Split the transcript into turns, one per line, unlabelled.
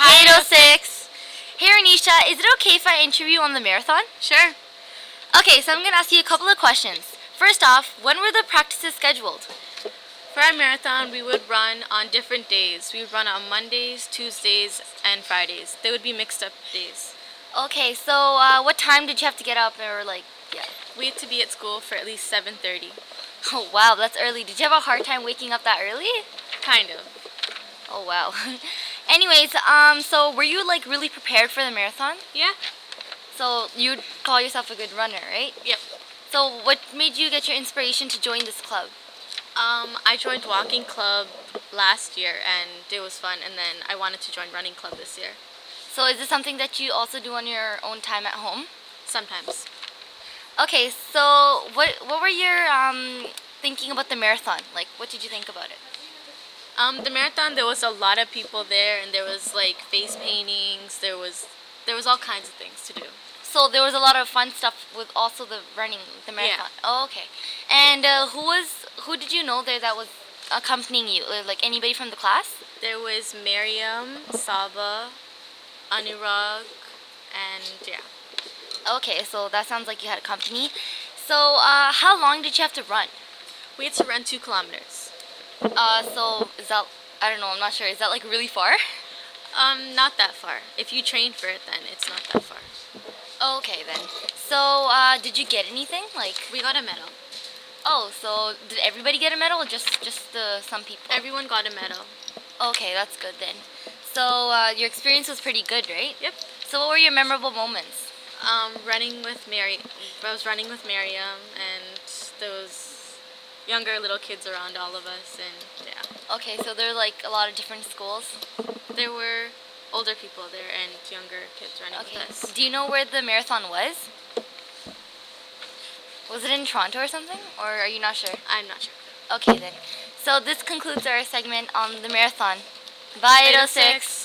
oh 6. Hey, Renisha, is it okay if I interview you on the marathon?
Sure.
Okay, so I'm going to ask you a couple of questions. First off, when were the practices scheduled?
For our marathon, we would run on different days. We would run on Mondays, Tuesdays, and Fridays. They would be mixed up days.
Okay, so uh, what time did you have to get up or like, yeah.
We had to be at school for at least 7:30.
Oh, wow, that's early. Did you have a hard time waking up that early?
Kind of.
Oh, wow. Anyways, um, so were you like really prepared for the marathon?
Yeah.
So you'd call yourself a good runner, right?
Yep.
So what made you get your inspiration to join this club?
Um, I joined walking club last year, and it was fun. And then I wanted to join running club this year.
So is this something that you also do on your own time at home?
Sometimes.
Okay, so what what were your um, thinking about the marathon? Like, what did you think about it?
Um, the marathon, there was a lot of people there, and there was like face paintings. There was there was all kinds of things to do.
So there was a lot of fun stuff with also the running, the marathon. Oh, okay. And uh, who was who did you know there that was accompanying you? Uh, Like anybody from the class?
There was Miriam, Saba, Anurag, and yeah.
Okay, so that sounds like you had company. So uh, how long did you have to run?
We had to run two kilometers.
Uh, so is that I don't know. I'm not sure. Is that like really far?
Um, not that far. If you train for it, then it's not that far.
Okay then. So uh, did you get anything? Like
We got a medal.
oh, so did everybody get a medal? Or just just the some people.
Everyone got a medal.
Okay, that's good then. So uh, your experience was pretty good, right?
Yep.
So what were your memorable moments?
Um, running with Mary. I was running with Miriam, and those younger little kids around all of us, and yeah,
Okay, so there are like a lot of different schools.
there were older people there and younger kids running
Okay.
with us.
Do you know where the marathon was? Was it in Toronto or something? Or are you not sure?
I'm not sure.
oh Okay then. So this concludes our segment on the marathon. Bye, 806.